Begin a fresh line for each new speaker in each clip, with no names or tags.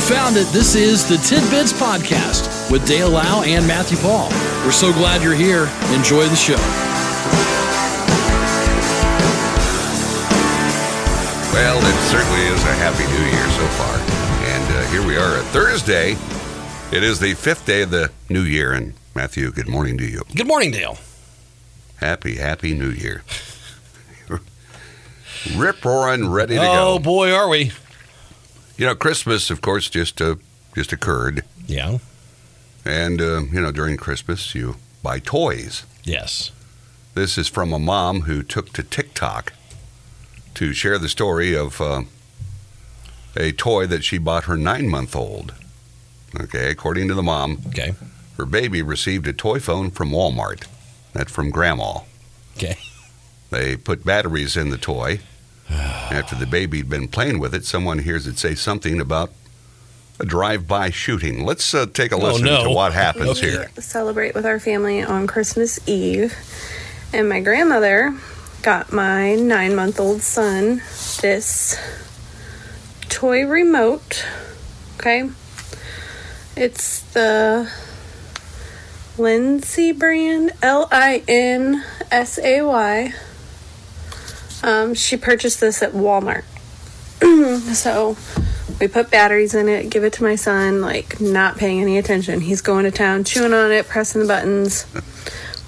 found it. This is the Tidbits Podcast with Dale Lau and Matthew Paul. We're so glad you're here. Enjoy the show.
Well, it certainly is a happy new year so far. And uh, here we are at Thursday. It is the fifth day of the new year. And Matthew, good morning to you.
Good morning, Dale.
Happy, happy new year. Rip roaring, ready to
Oh
go.
boy, are we?
You know, Christmas, of course, just uh, just occurred.
Yeah.
And, uh, you know, during Christmas, you buy toys.
Yes.
This is from a mom who took to TikTok to share the story of uh, a toy that she bought her nine month old. Okay, according to the mom,
Okay.
her baby received a toy phone from Walmart. That's from Grandma.
Okay.
They put batteries in the toy. After the baby had been playing with it, someone hears it say something about a drive by shooting. Let's uh, take a
Oh,
listen
no.
to what happens
Okay.
here.
celebrate with our family on Christmas Eve. And my grandmother got my nine month old son this toy remote. Okay. It's the Lindsay brand, L I N S A Y. Um, she purchased this at Walmart. so we put batteries in it, give it to my son, like not paying any attention. He's going to town, chewing on it, pressing the buttons.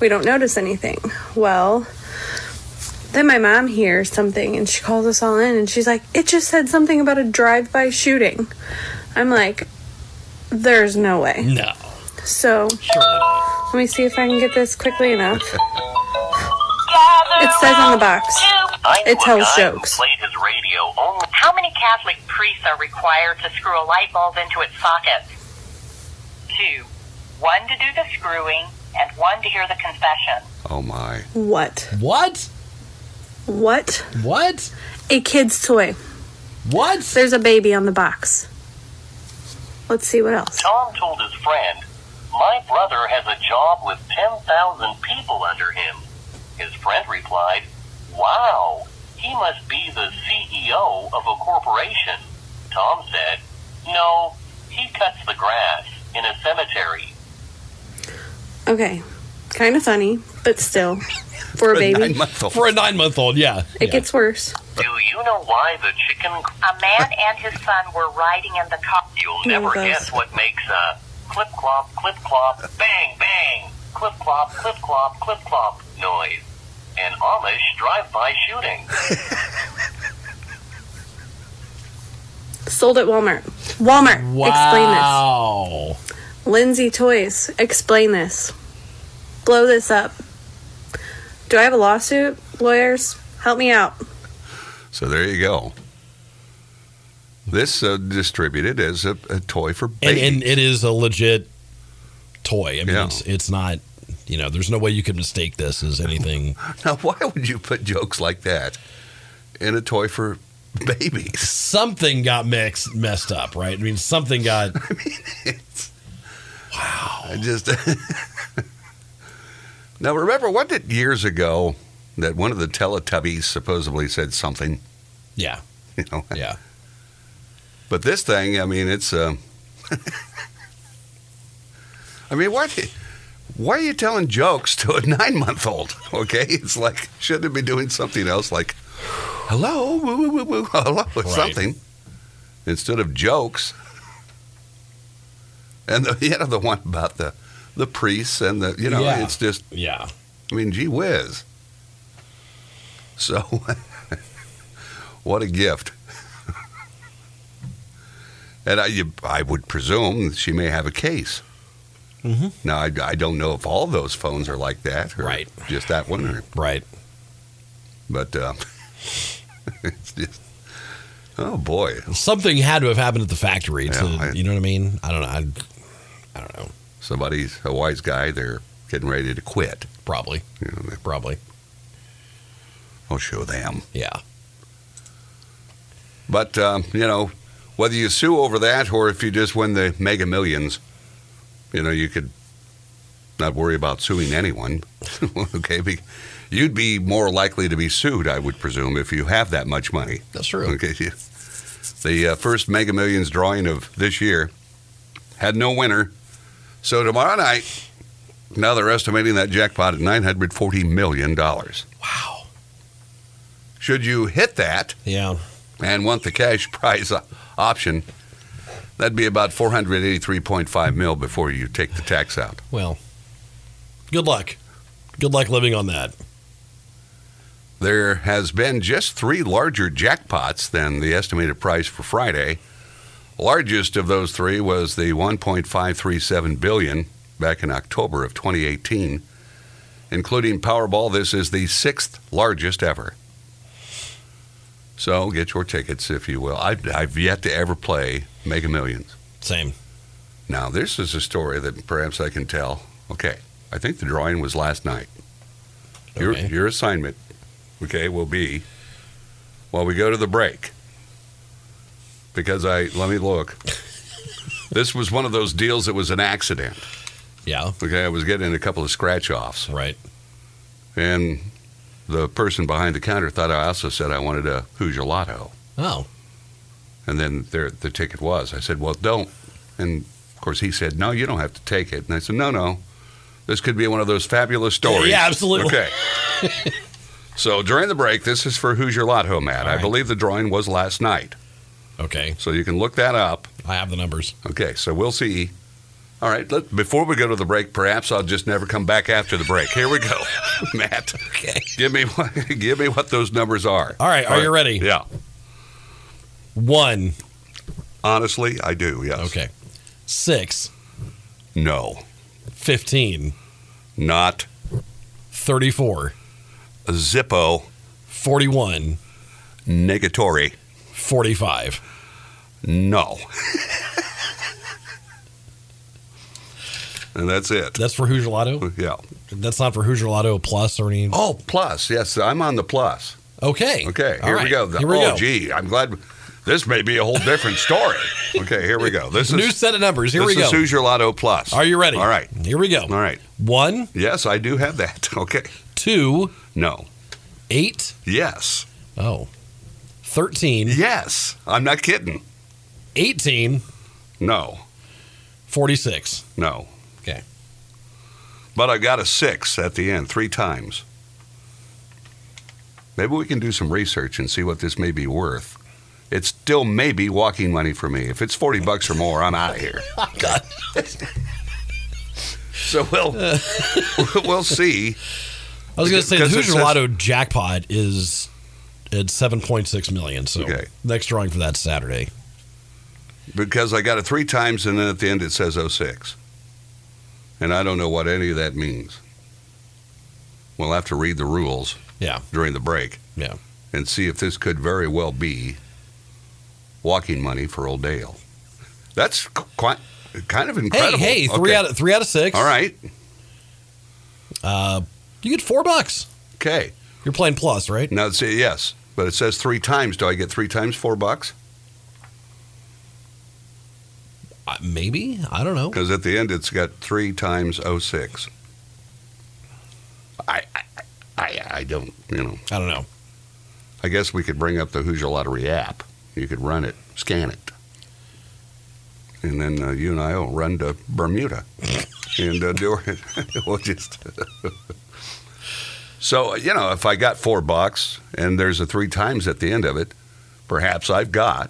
We don't notice anything. Well, then my mom hears something and she calls us all in and she's like, It just said something about a drive by shooting. I'm like, There's no way.
No.
So let me see if I can get this quickly enough. It says on the box. It tells jokes.
Played his radio only.
How many Catholic priests are required to screw a light bulb into its socket? Two. One to do the screwing and one to hear the confession.
Oh, my.
What?
What?
What?
What?
A kid's toy.
What?
There's a baby on the box. Let's see what else.
Tom told his friend, My brother has a job with 10,000 people under him. His friend replied, Wow, he must be the CEO of a corporation. Tom said, No, he cuts the grass in a cemetery.
Okay. Kind of funny, but still. For a
Nine
baby.
month old.
For a nine-month-old, yeah.
It gets worse.
Do you know why the chicken.
A man and his son were riding in the car.
You'll
Here
never
it goes.
guess what makes a clip clop, clip clop, bang bang, clip clop, clip clop, clip clop noise. An Amish drive-by shooting.
Sold at Walmart. Walmart. Explain
Wow.
this. Lindsay Toys. Explain this. Blow this up. Do I have a lawsuit? Lawyers, help me out.
So there you go. This uh, distributed as a, a toy for
And,
babies.
and it is a legit toy. I mean,
Yeah.
it's, it's not, you know, there's no way you could mistake this as anything.
now, why would you put jokes like that in a toy for babies?
something got mixed, messed up, right? I mean, something got.
It's- I just now remember what it years ago that one of the Teletubbies supposedly said something,
Yeah.
you know.
Yeah.
But this thing, I mean, it's. Um, I mean, why? do- Why are you telling jokes to a nine-month-old? Okay, it's like shouldn't it be doing something else, like hello, woo, woo, woo, woo, hello, or
Right.
something, instead of jokes. And the, you know the one about the the priests and the you know
Yeah.
it's just
Yeah.
I mean, gee whiz. So, what a gift. and I, you, I would presume she may have a case.
Mhm.
Now, I, I don't know if all those phones are like that or
Right.
just that one, or,
Right.
but uh, it's just, oh boy.
Something had to have happened at the factory. To,
Yeah, I-
you know what I mean? I don't know. I, I don't know.
Somebody's a wise guy, they're getting ready to quit.
Probably.
You know, they-
Probably.
I'll show them.
Yeah.
But um, you know, whether you sue over that or if you just win the Mega Millions, you know, you could not worry about suing anyone. okay, be, you'd be more likely to be sued, I would presume, if you have that much money.
That's true.
Okay, you- the uh, first Mega Millions drawing of this year. Had no winner. So tomorrow night, now they're estimating that jackpot at $940 million.
Wow.
Should you hit that
Yeah.
and want the cash prize o- option, that'd be about 483.5 mil before you take the tax out.
Well, good luck. Good luck living on that.
There has been just three larger jackpots than the estimated price for Friday. Largest of those three was the 1.537 billion back in October of 2018, including Powerball. This is the sixth largest ever. So get your tickets if you will. I've, I've yet to ever play Mega Millions.
Same.
Now this is a story that perhaps I can tell. Okay, I think the drawing was last night. Your,
Okay.
your assignment, okay, will be while we go to the break. Because I, let me look. this was one of those deals that was an accident.
Yeah.
Okay, I was getting a couple of scratch offs.
Right.
And the person behind the counter thought I also said I wanted a Who's Your Lotto.
Oh.
And then there, the ticket was. I said, well, don't. And of course, he said, no, you don't have to take it. And I said, no, no. This could be one of those fabulous stories.
Yeah, absolutely.
Okay. so during the break, this is for Who's Your Lotto, Matt.
All
I
right.
believe the drawing was last night.
Okay.
So you can look that up.
I have the numbers.
Okay, so we'll see. All right, let, before we go to the break, perhaps I'll just never come back after the break. Here we go, Matt.
Okay.
Give me, what- give me what those numbers are.
All right. Are you ready?
Yeah.
One.
Honestly, I do, yes.
Okay. Six.
No,
15.
not
34.
Zippo
41.
Negatory.
45.
No. and that's it.
That's for Hoosier Lotto.
Yeah.
That's not for Hoosier Lotto Plus or any.
Oh, plus. Yes, I'm on the plus.
Okay.
Okay,
All
here
right.
we go.
Here we
oh,
go.
gee, I'm glad. This may be a whole different story. okay, here we go. This
New
is
set of numbers. Here we
this
go.
is Hoosier Lotto Plus.
Are you ready?
All right.
Here we go.
All right.
One,
Yes, I do have that. Okay.
two,
No.
eight.
Yes.
Oh. 13,
Yes. I'm not kidding.
18,
No.
46.
No.
Okay.
But I got a six at the end, three times. Maybe we can do some research and see what this may be worth. It still may be walking money for me. If it's 40 bucks or more, I'm out of here.
God.
So we'll, we'll see.
I was going to say the
Because it
Hoosier
says-
Lotto jackpot is at 7.6 million. So
Okay.
next drawing for that Saturday.
Because I got it three times and then at the end it says 06. And I don't know what any of that means. We'll have to read the rules
Yeah.
during the break
Yeah.
and see if this could very well be walking money for Old Dale. That's quite, kind of
Hey,
incredible.
hey, three
Okay.
out of three out of six.
All right.
Uh, you get four bucks.
Okay.
You're playing plus, right?
Now, see, yes, but it says three times. Do I get three times four bucks?
Uh, maybe. I don't know.
Because at the end, it's got three times 06. I, I, I, I don't, you know.
I don't know.
I guess we could bring up the Hoosier Lottery app. You could run it, scan it, and then uh, you and I will run to Bermuda and uh, do it. we'll just. so you know, if I got four bucks and there's a three times at the end of it, perhaps I've got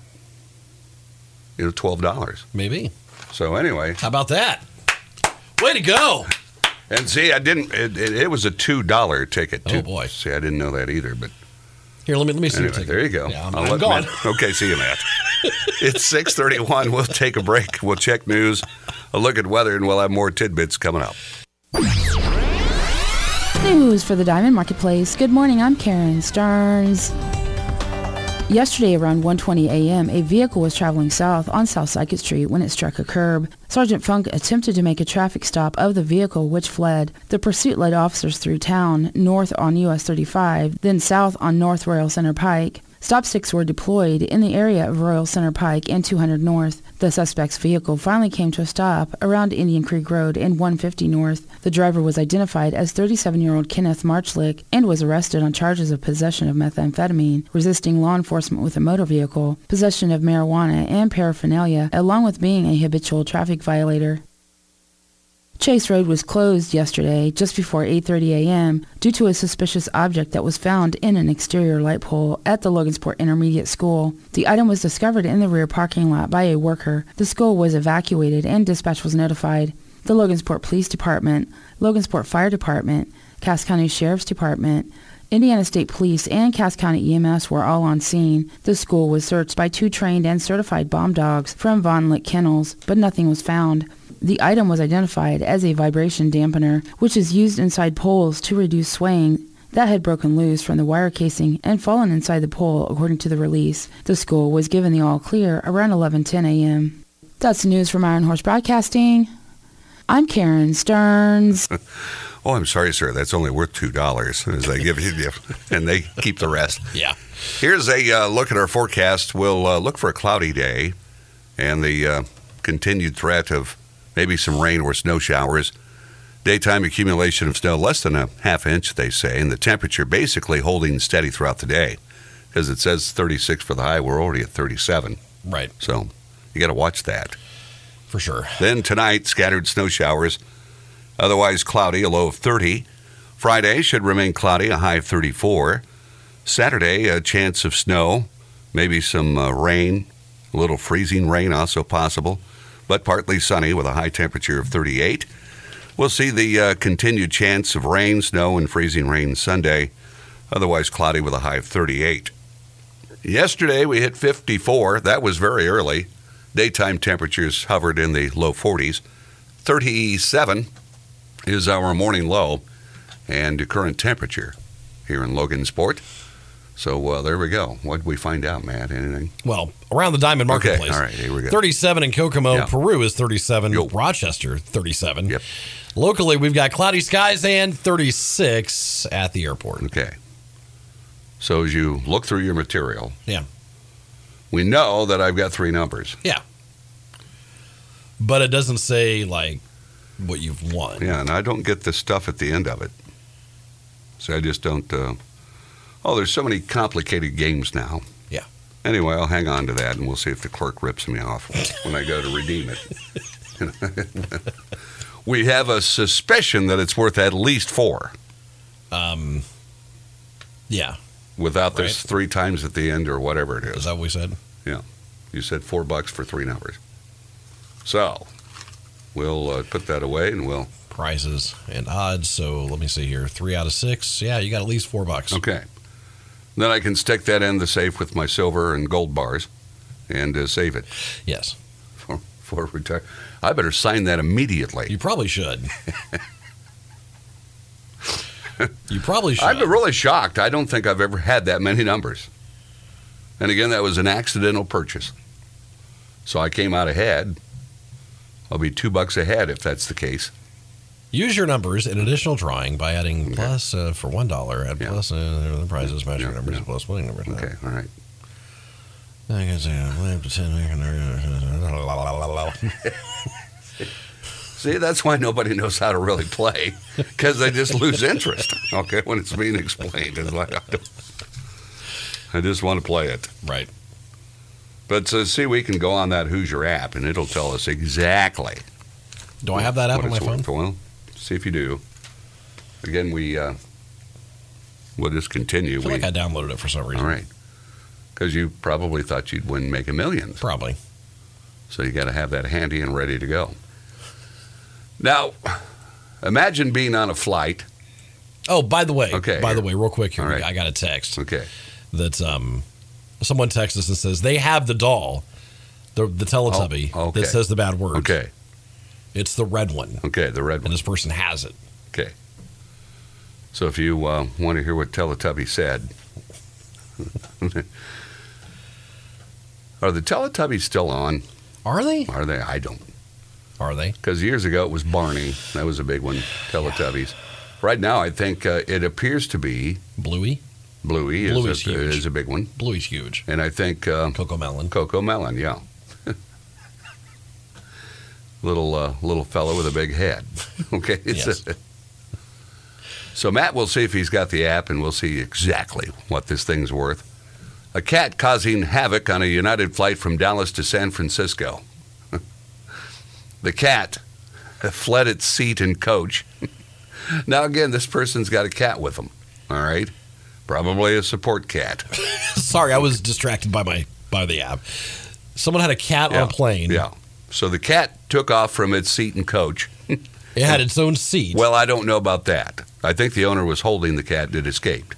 you know twelve dollars.
Maybe.
So anyway,
How about that? Way to go.
and see, I didn't. It, it, it was a two dollar ticket.
Oh,
too.
boy.
See, I didn't know that either, but.
Here, let me let me see your
Anyway,
ticket.
there you go.
Yeah, I'm,
I'll
I'm
let
gone.
Matt- okay, see you, Matt. it's six thirty-one. We'll take a break. We'll check news, a look at weather, and we'll have more tidbits coming up.
News for the Diamond Marketplace. Good morning, I'm Karen Stearns. Yesterday around 1:20 a.m., a vehicle was traveling south on South Psychet Street when it struck a curb. Sergeant Funk attempted to make a traffic stop of the vehicle which fled. The pursuit led officers through town, north on US 35, then south on North Royal Center Pike. Stop sticks were deployed in the area of Royal Center Pike and 200 North. The suspect's vehicle finally came to a stop around Indian Creek Road and 150 North. The driver was identified as 37-year-old Kenneth Marchlick and was arrested on charges of possession of methamphetamine, resisting law enforcement with a motor vehicle, possession of marijuana and paraphernalia, along with being a habitual traffic violator. Chase Road was closed yesterday just before 8:30 a.m. due to a suspicious object that was found in an exterior light pole at the Logansport Intermediate School. The item was discovered in the rear parking lot by a worker. The school was evacuated and dispatch was notified. The Logansport Police Department, Logansport Fire Department, Cass County Sheriff's Department, Indiana State Police and Cass County EMS were all on scene. The school was searched by two trained and certified bomb dogs from Von Lick Kennels, but nothing was found. The item was identified as a vibration dampener, which is used inside poles to reduce swaying that had broken loose from the wire casing and fallen inside the pole, according to the release. The school was given the all clear around 11:10 a.m. That's the news from Iron Horse Broadcasting. I'm Karen Stearns.
Oh, I'm sorry, sir. That's only worth two dollars. As they give you the, and they keep the rest.
Yeah.
Here's a uh, look at our forecast. We'll uh, look for a cloudy day, and the uh, continued threat of maybe some rain or snow showers. Daytime accumulation of snow less than a half inch, they say, and the temperature basically holding steady throughout the day. Because it says 36 for the high, we're already at 37.
Right.
So you got to watch that.
For sure.
Then tonight, scattered snow showers. Otherwise cloudy, a low of 30. Friday should remain cloudy, a high of 34. Saturday, a chance of snow, maybe some uh, rain, a little freezing rain also possible, but partly sunny with a high temperature of 38. We'll see the uh, continued chance of rain, snow, and freezing rain Sunday. Otherwise cloudy with a high of 38. Yesterday we hit 54. That was very early. Daytime temperatures hovered in the low 40s. 37 is our morning low and the current temperature here in Logansport. So uh, there we go. What did we find out, Matt? Anything?
Well, around the Diamond
Okay,
Marketplace.
all right, here we go.
37 in Kokomo,
Yeah.
Peru is 37.
Yo.
Rochester, 37.
Yep.
Locally, we've got cloudy skies and 36 at the airport.
Okay. So as you look through your material,
Yeah.
we know that I've got three numbers.
Yeah. But it doesn't say, like, what you've won.
Yeah, and I don't get the stuff at the end of it. So I just don't. Uh, oh, there's so many complicated games now.
Yeah.
Anyway, I'll hang on to that, and we'll see if the clerk rips me off when I go to redeem it. we have a suspicion that it's worth at least four.
Um, yeah.
Without this
Right.
three times at the end or whatever it
Is
is.
that what we said?
You said four bucks for three numbers. So we'll uh, put that away, and we'll
Prizes and odds. So let me see here. Three out of six. Yeah, you got at least four bucks.
Okay. Then I can stick that in the safe with my silver and gold bars and uh, save it
Yes.
for, for retire. I better sign that immediately.
You probably should. you probably should.
I'm really shocked. I don't think I've ever had that many numbers. And again, that was an accidental purchase. So I came out ahead. I'll be two bucks ahead if that's the case.
Use your numbers in additional drawing by adding
Okay.
plus uh, for one dollar and
Yeah.
plus uh, the prizes match your
Yeah,
numbers
yeah.
plus winning numbers.
Okay, all right.
I guess, uh, play up to 10, I can- la, la, la, la, la.
See, that's why nobody knows how to really play because they just lose interest. Okay, when it's being explained, it's like I, don't, I just want to play it.
right.
But so see, we can go on that Hoosier app, and it'll tell us exactly.
Do I have that app on my phone?
Well, see if you do. Again, we uh, we'll just continue.
I feel
we,
like I downloaded it for some reason.
all right, because you probably thought you'd win Mega Millions,
Probably.
so you got to have that handy and ready to go. Now, imagine being on a flight.
Oh, by the way.
Okay,
By the
here.
way, real quick here,
All right.
I got a text
Okay,
that um, someone texts us and says they have the doll, the the Teletubby
Oh, okay.
that says the bad word.
okay,
It's the red one,
okay. The red
and
one.
this person has it.
Okay. So if you uh, want to hear what Teletubby said, are the Teletubbies still on?
Are they?
Are they? I don't.
Are they?
Because years ago it was Barney. That was a big one. Teletubbies. Right now, I think uh, it appears to be
Bluey.
Bluey, is,
Bluey's
a,
huge.
is a big one,
Bluey's huge.
and I think uh,
Coco Melon.
Coco Melon. Yeah. little uh, little fellow with a big head. Okay, It's
Yes.
a- so Matt will see if he's got the app, and we'll see exactly what this thing's worth. A cat causing havoc on a United flight from Dallas to San Francisco. the cat fled its seat and coach. now again, this person's got a cat with him. All right, probably a support cat.
Sorry, I was distracted by my by the app. Someone had a cat on a plane.
Yeah. So the cat took off from its seat and coach.
It had its own seat.
Well, I don't know about that. I think the owner was holding the cat. It escaped.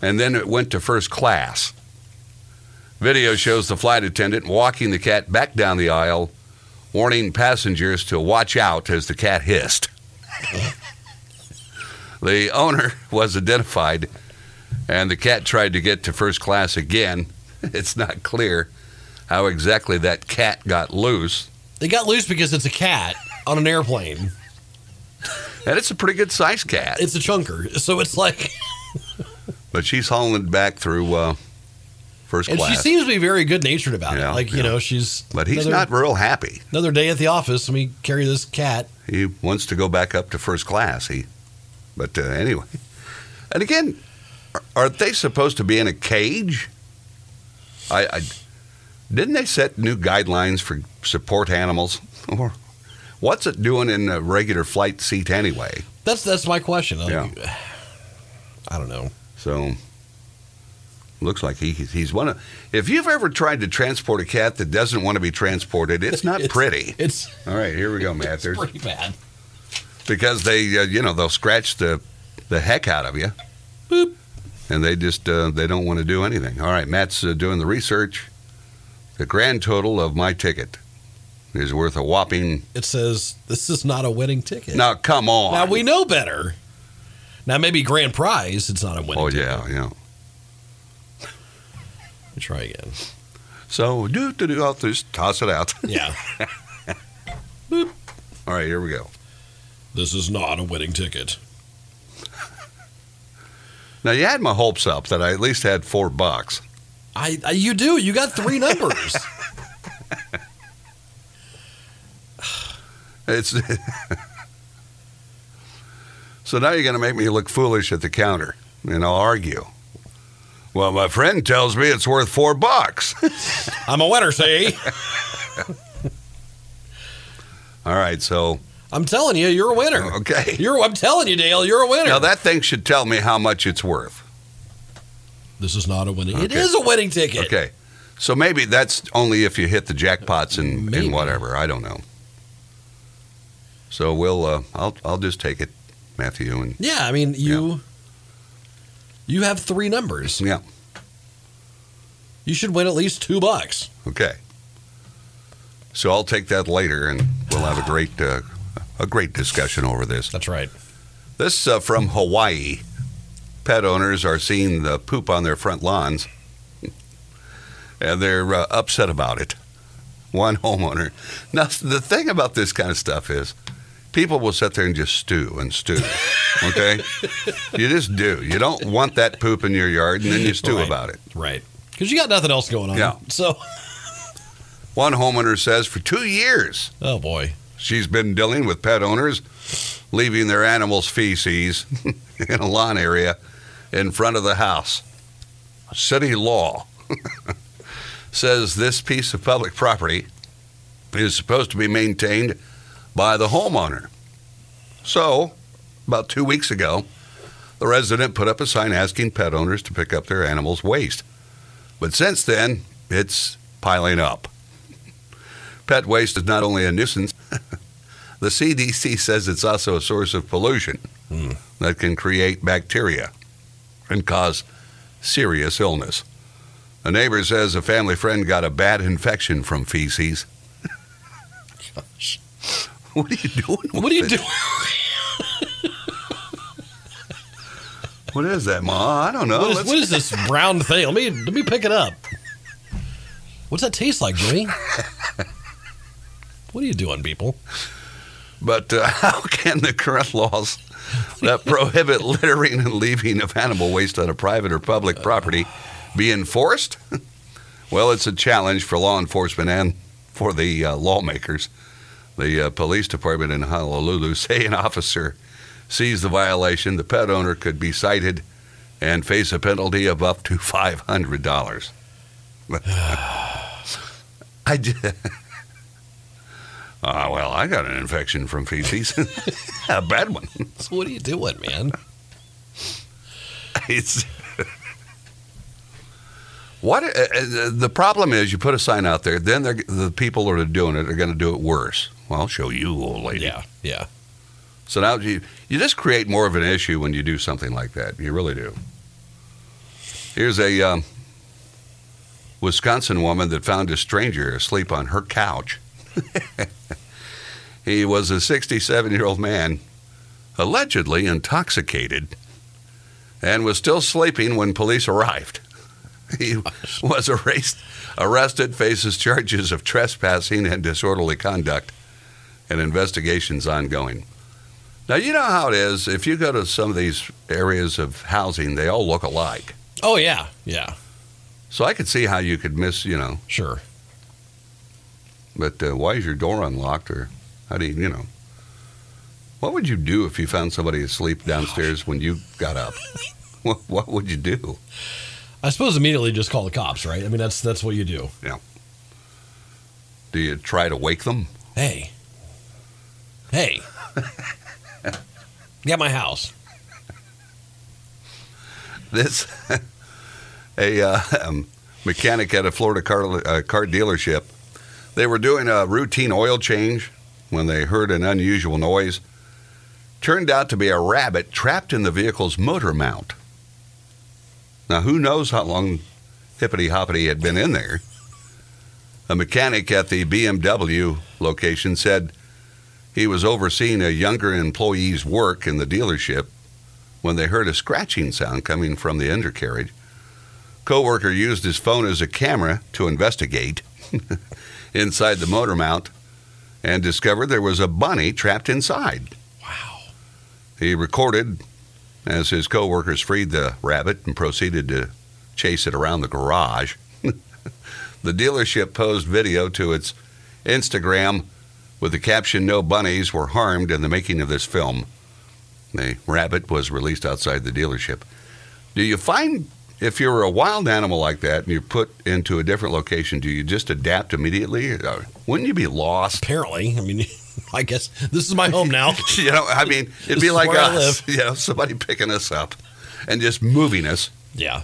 And then it went to first class. Video shows the flight attendant walking the cat back down the aisle, warning passengers to watch out as the cat hissed. the owner was identified, and the cat tried to get to first class again. It's not clear how exactly that cat got loose.
They got loose because it's a cat on an airplane.
And it's a pretty good sized cat.
It's a chunker, so it's like,
But she's hauling back through uh, first
and she
class.
seems to be very good natured about
Yeah,
it. Like
yeah.
you know, she's
but he's
another,
not real happy.
another day at the office, and we carry this cat.
He wants to go back up to first class. He, but uh, anyway, and again, are, are they supposed to be in a cage? I, I didn't they set new guidelines for support animals, or what's it doing in a regular flight seat anyway?
That's that's my question. Like, I don't know.
So looks like he he's one of. If you've ever tried to transport a cat that doesn't want to be transported, it's not
It's-
pretty.
It's,
All right, here we go, Matt.
it's
There's,
pretty bad.
because they, uh, you know, they'll scratch the the heck out of you,
Boop.
and they just uh, they don't want to do anything. All right, Matt's uh, doing the research. The grand total of my ticket is worth a whopping.
It says this is not a winning ticket.
Now come on.
Now we know better. Now maybe grand prize. It's not a winning.
Oh
ticket.
yeah, yeah. Oh.
Let me Try again.
So do do do. I'll just toss it out.
Yeah.
All right, here we go.
This is not a winning ticket.
Now you had my hopes up that I at least had four bucks.
I, I you do. You got three numbers.
It's so now you're going to make me look foolish at the counter, and I'll argue. Well, my friend tells me it's worth four bucks.
I'm a winner, see?
All right, so
I'm telling you, you're a winner.
okay.
You're I'm telling you, Dale, you're a winner.
Now that thing should tell me how much it's worth.
this is not a winning. It
Okay.
is a winning ticket.
Okay, so maybe that's only if you hit the jackpots and,
Maybe.
and whatever. I don't know. So we'll uh, I'll I'll just take it, Matthew, and
Yeah, I mean you you have three numbers.
yeah,
You should win at least two bucks.
okay. So I'll take that later, and we'll have a great uh, a great discussion over this.
That's right.
This uh, from Hawaii. Pet owners are seeing the poop on their front lawns, and they're uh, upset about it. One homeowner. Now, the thing about this kind of stuff is, people will sit there and just stew and stew. Okay, you just do. You don't want that poop in your yard, and then you stew
Right.
about it.
Right. Because you got nothing else going on.
Yeah.
So
One homeowner says, for two years,
Oh boy.
She's been dealing with pet owners leaving their animals' feces in a lawn area in front of the house. City law says this piece of public property is supposed to be maintained by the homeowner. So, about two weeks ago, the resident put up a sign asking pet owners to pick up their animals' waste. But since then, it's piling up. Pet waste is not only a nuisance, the CDC says it's also a source of pollution
Hmm.
that can create bacteria and cause serious illness. A neighbor says a family friend got a bad infection from feces.
Gosh.
What are you doing?
What
with
do you
it?
do?
What is that, Ma? I don't know.
What is,
Oh, Let's-
what is this brown thing? Let me let me pick it up. What's that taste like, Jimmy? what are you doing, people?
But uh, how can the current laws that prohibit littering and leaving of animal waste on a private or public property be enforced? well, it's a challenge for law enforcement and for the uh, lawmakers. The uh, police department in Honolulu say an officer sees the violation, the pet owner could be cited and face a penalty of up to five hundred dollars. I just, Ah, well, I got an infection from feces, a bad one.
So what are you doing, man?
It's what uh, uh, the problem is. You put a sign out there, then they're- the people that are doing it are going to do it worse. Well, I'll show you, old lady.
Yeah, yeah.
So now you you just create more of an issue when you do something like that. You really do. Here's a um, Wisconsin woman that found a stranger asleep on her couch. he was a 67 year old man, allegedly intoxicated, and was still sleeping when police arrived. He was arrest, arrested, faces charges of trespassing and disorderly conduct, and investigations ongoing. Now you know how it is. If you go to some of these areas of housing, they all look alike.
Oh yeah, yeah.
So I could see how you could miss, you know.
Sure.
But uh, why is your door unlocked, or how do you, you know? What would you do if you found somebody asleep downstairs when you got up? what, what would you do?
I suppose immediately just call the cops, right? I mean, that's that's what you do.
Do you try to wake them?
Hey, hey, yeah, my house.
This a uh, um, mechanic at a Florida car uh, car dealership. They were doing a routine oil change when they heard an unusual noise. Turned out to be a rabbit trapped in the vehicle's motor mount. Now who knows how long hippity hoppity had been in there? A mechanic at the BMW location said he was overseeing a younger employee's work in the dealership when they heard a scratching sound coming from the undercarriage. Coworker used his phone as a camera to investigate inside the motor mount and discovered there was a bunny trapped inside.
Wow.
He recorded as his coworkers freed the rabbit and proceeded to chase it around the garage. the dealership posed video to its Instagram with the caption No bunnies were harmed in the making of this film. The rabbit was released outside the dealership. Do you find if you're a wild animal like that and you're put into a different location, do you just adapt immediately? Or Wouldn't you be lost?
Apparently, I mean, I guess this is my home now.
you know, I mean, it'd
This
be
is
like
where I
us, you know, somebody picking us up and just moving us.
yeah,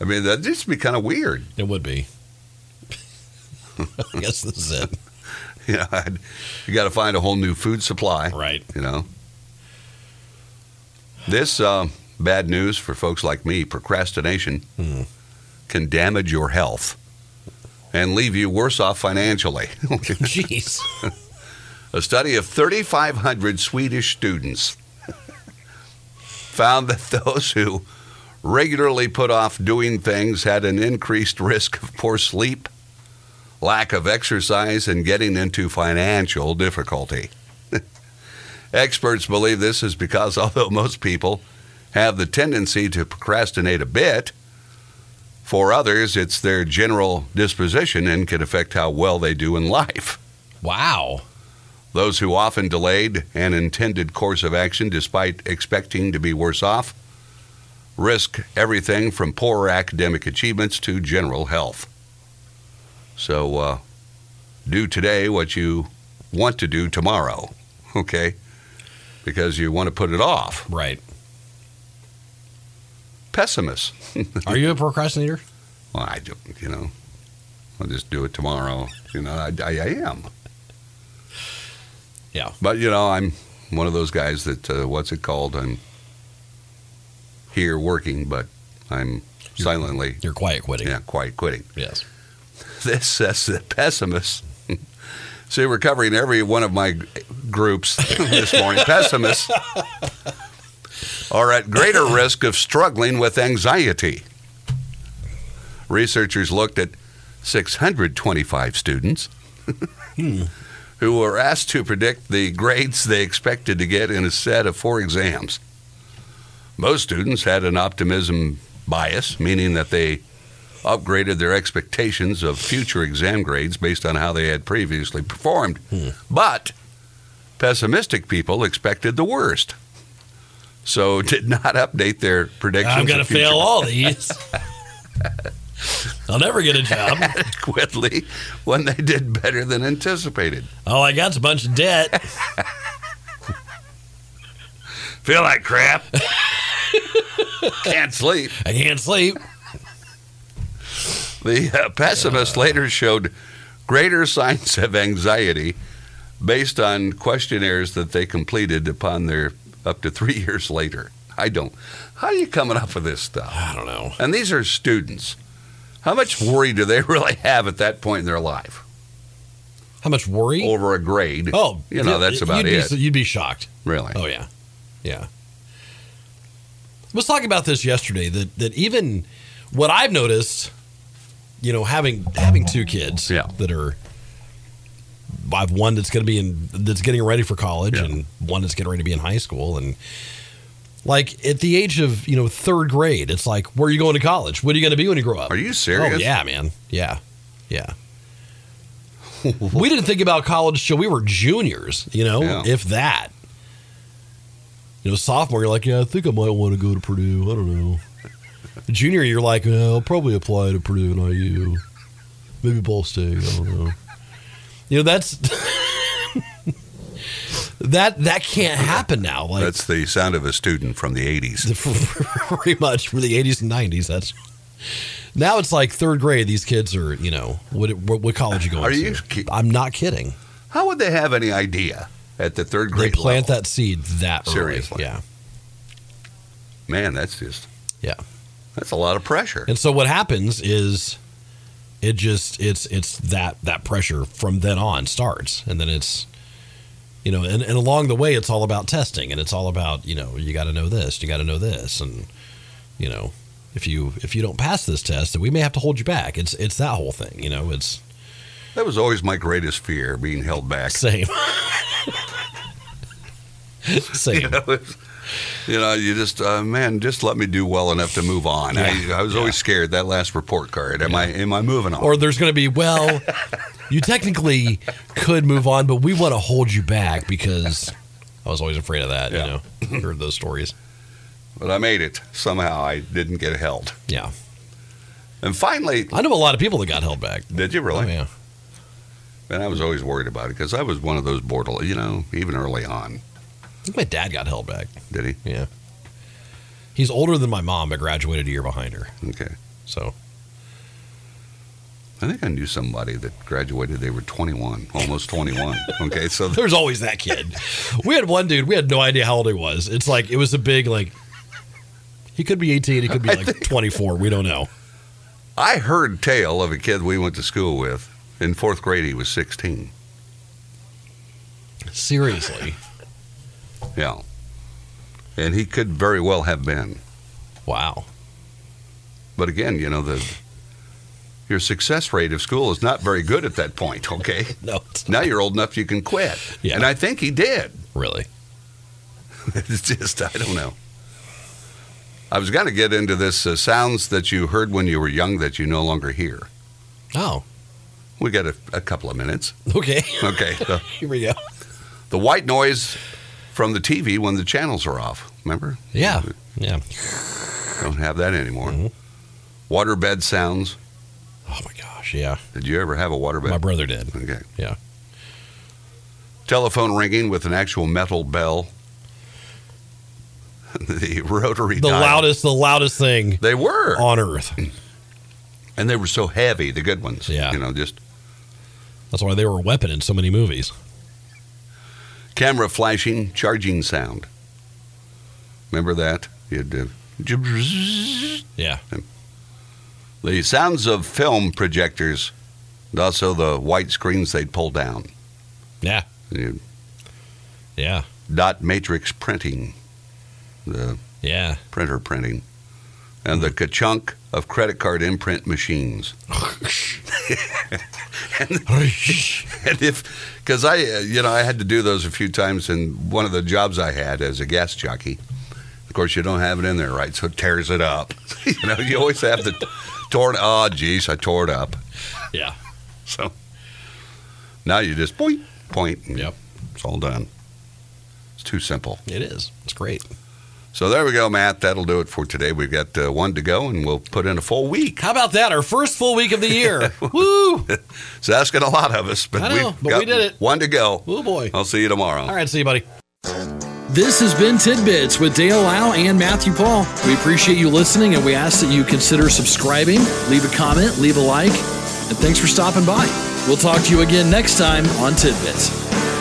I mean, that'd just be kind of weird.
it would be. I guess this is it,
You know, I'd, you got to find a whole new food supply,
right?
you know. This um, bad news for folks like me procrastination
Hmm.
can damage your health and leave you worse off financially.
Jeez.
A study of 3,500 Swedish students found that those who regularly put off doing things had an increased risk of poor sleep, lack of exercise, and getting into financial difficulty. Experts believe this is because although most people have the tendency to procrastinate a bit, for others, it's their general disposition and can affect how well they do in life.
Wow.
Those who often delayed an intended course of action despite expecting to be worse off risk everything from poor academic achievements to general health. So, uh, do today what you want to do tomorrow, okay? Because you want to put it off.
Right.
Pessimist.
Are you a procrastinator?
Well, I don't, you know, I'll just do it tomorrow. You know, I, I, I am.
Yeah.
But, you know, I'm one of those guys that, uh, what's it called? I'm here working, but I'm silently,
You're quiet quitting.
yeah, quiet quitting.
Yes.
This says that pessimists. See, we're covering every one of my g- groups this morning. Pessimists are at greater risk of struggling with anxiety. Researchers looked at 625 students who were asked to predict the grades they expected to get in a set of four exams. Most students had an optimism bias, meaning that they upgraded their expectations of future exam grades based on how they had previously performed. But pessimistic people expected the worst. So did not update their predictions.
I'm going to
of future-
fail all these. I'll never get a job.
adequately when they did better than anticipated.
All I got's a bunch of debt.
Feel like crap. Can't sleep.
I can't sleep.
The uh, pessimist later showed greater signs of anxiety based on questionnaires that they completed upon their up to three years later. I don't. How are you coming up with this stuff?
I don't know.
And these are students. How much worry do they really have at that point in their life
How much worry?
over a grade?
oh,
you know that's about
you'd
it,
Be, you'd be shocked.
really.
Oh yeah, yeah. I was talking about this yesterday. That that even what I've noticed, you know, having having two kids
Yeah.
that are, I have one that's going to be in that's getting ready for college,
Yeah.
and one that's getting ready to be in high school, and like at the age of you know third grade, it's like where are you going to college? What are you going to be when you grow up?
Are you serious?
Oh yeah, man. Yeah, yeah. we didn't think about college till we were juniors. You know,
Yeah.
if that. You know, sophomore, you're like, yeah, I think I might want to go to Purdue. I don't know. Junior, you're like, "Yeah, I'll probably apply to Purdue and IU, maybe Ball State. I don't know. You know, that's that that can't happen now. Like
That's the sound of a student from the 80s.
pretty much from the 80s and 90s. That's now it's like third grade. These kids are, you know, what what, what college you going
Are
to?
you ki-
I'm not kidding.
How would they have any idea at the third
They
grade
plant
level?
that seed that early.
Seriously.
Yeah,
Man, that's just
yeah.
that's a lot of pressure.
And so what happens is, it just it's it's that that pressure from then on starts, and then it's. You know, and, and along the way, it's all about testing, and it's all about you know you got to know this, you got to know this, and you know if you if you don't pass this test, then we may have to hold you back. It's it's that whole thing. You know, it's
That was always my greatest fear, being held back.
Same. Same.
You know, it's- you know, you just uh, man, just let me do well enough to move on. I, I was always scared that last report card. Am I am I moving on?
Or there's going to be, well, you technically could move on, but we want to hold you back because I was always afraid of that.
Yeah.
You know, heard those stories.
but I made it somehow. I didn't get held.
Yeah.
And finally,
I know a lot of people that got held back.
did you really?
Oh, yeah.
And I was always worried about it because I was one of those borderline. You know, even early on,
I think my dad got held back.
did he?
Yeah. He's older than my mom, but graduated a year behind her.
Okay.
So
I think I knew somebody that graduated. They were 21, almost 21. Okay, so
there's always that kid. we had one dude, we had no idea how old he was. It's like, it was a big, like, he could be 18, he could be like 24. We don't know.
I heard tale of a kid we went to school with. In fourth grade, he was 16.
Seriously.
Yeah. And he could very well have been.
Wow.
But again, you know, the your success rate of school is not very good at that point, okay?
No, it's
Now you're old enough you can quit.
Yeah.
And I think he did.
really.
It's just, I don't know. I was going to get into this uh, sounds that you heard when you were young that you no longer hear.
Oh,
We got a, a couple of minutes.
okay.
Okay. so-
Here we go.
the white noise from the TV when the channels are off. Remember?
Yeah. Yeah.
Don't have that anymore. Waterbed sounds.
Oh my gosh. Yeah.
Did you ever have a waterbed?
My brother did.
okay.
Yeah.
Telephone ringing with an actual metal bell. the rotary.
The
dial.
loudest, Oh. the loudest thing
They were,
on earth.
and they were so heavy. The good ones.
Yeah.
You know, just
That's why they were a weapon in so many movies.
camera flashing, charging sound. Remember that? You'd. Uh,
Yeah.
the sounds of film projectors, and also the white screens they'd pull down.
Yeah.
You-
Yeah.
dot matrix printing, the
Yeah.
printer printing, and the ka-chunk of credit card imprint machines. And if, because I, uh, you know, I had to do those a few times in one of the jobs I had as a gas jockey. Of course, you don't have it in there, right? So it tears it up. you know, you always have to Torn. Oh, geez, I tore it up.
Yeah.
So now you just point, point. and
Yep.
It's all done. It's too simple.
It is. It's great.
So there we go, Matt. That'll do it for today. We've got uh, one to go, and we'll put in a full week.
How about that? Our first full week of the year. Woo!
It's asking a lot of us, but,
I know, but
we've
we
got
did it.
One to go.
Oh boy.
I'll see you tomorrow.
All right. See you, buddy.
This has been Tidbits with Dale Lau and Matthew Paul. We appreciate you listening and we ask that you consider subscribing, leave a comment, leave a like, and thanks for stopping by. We'll talk to you again next time on Tidbits.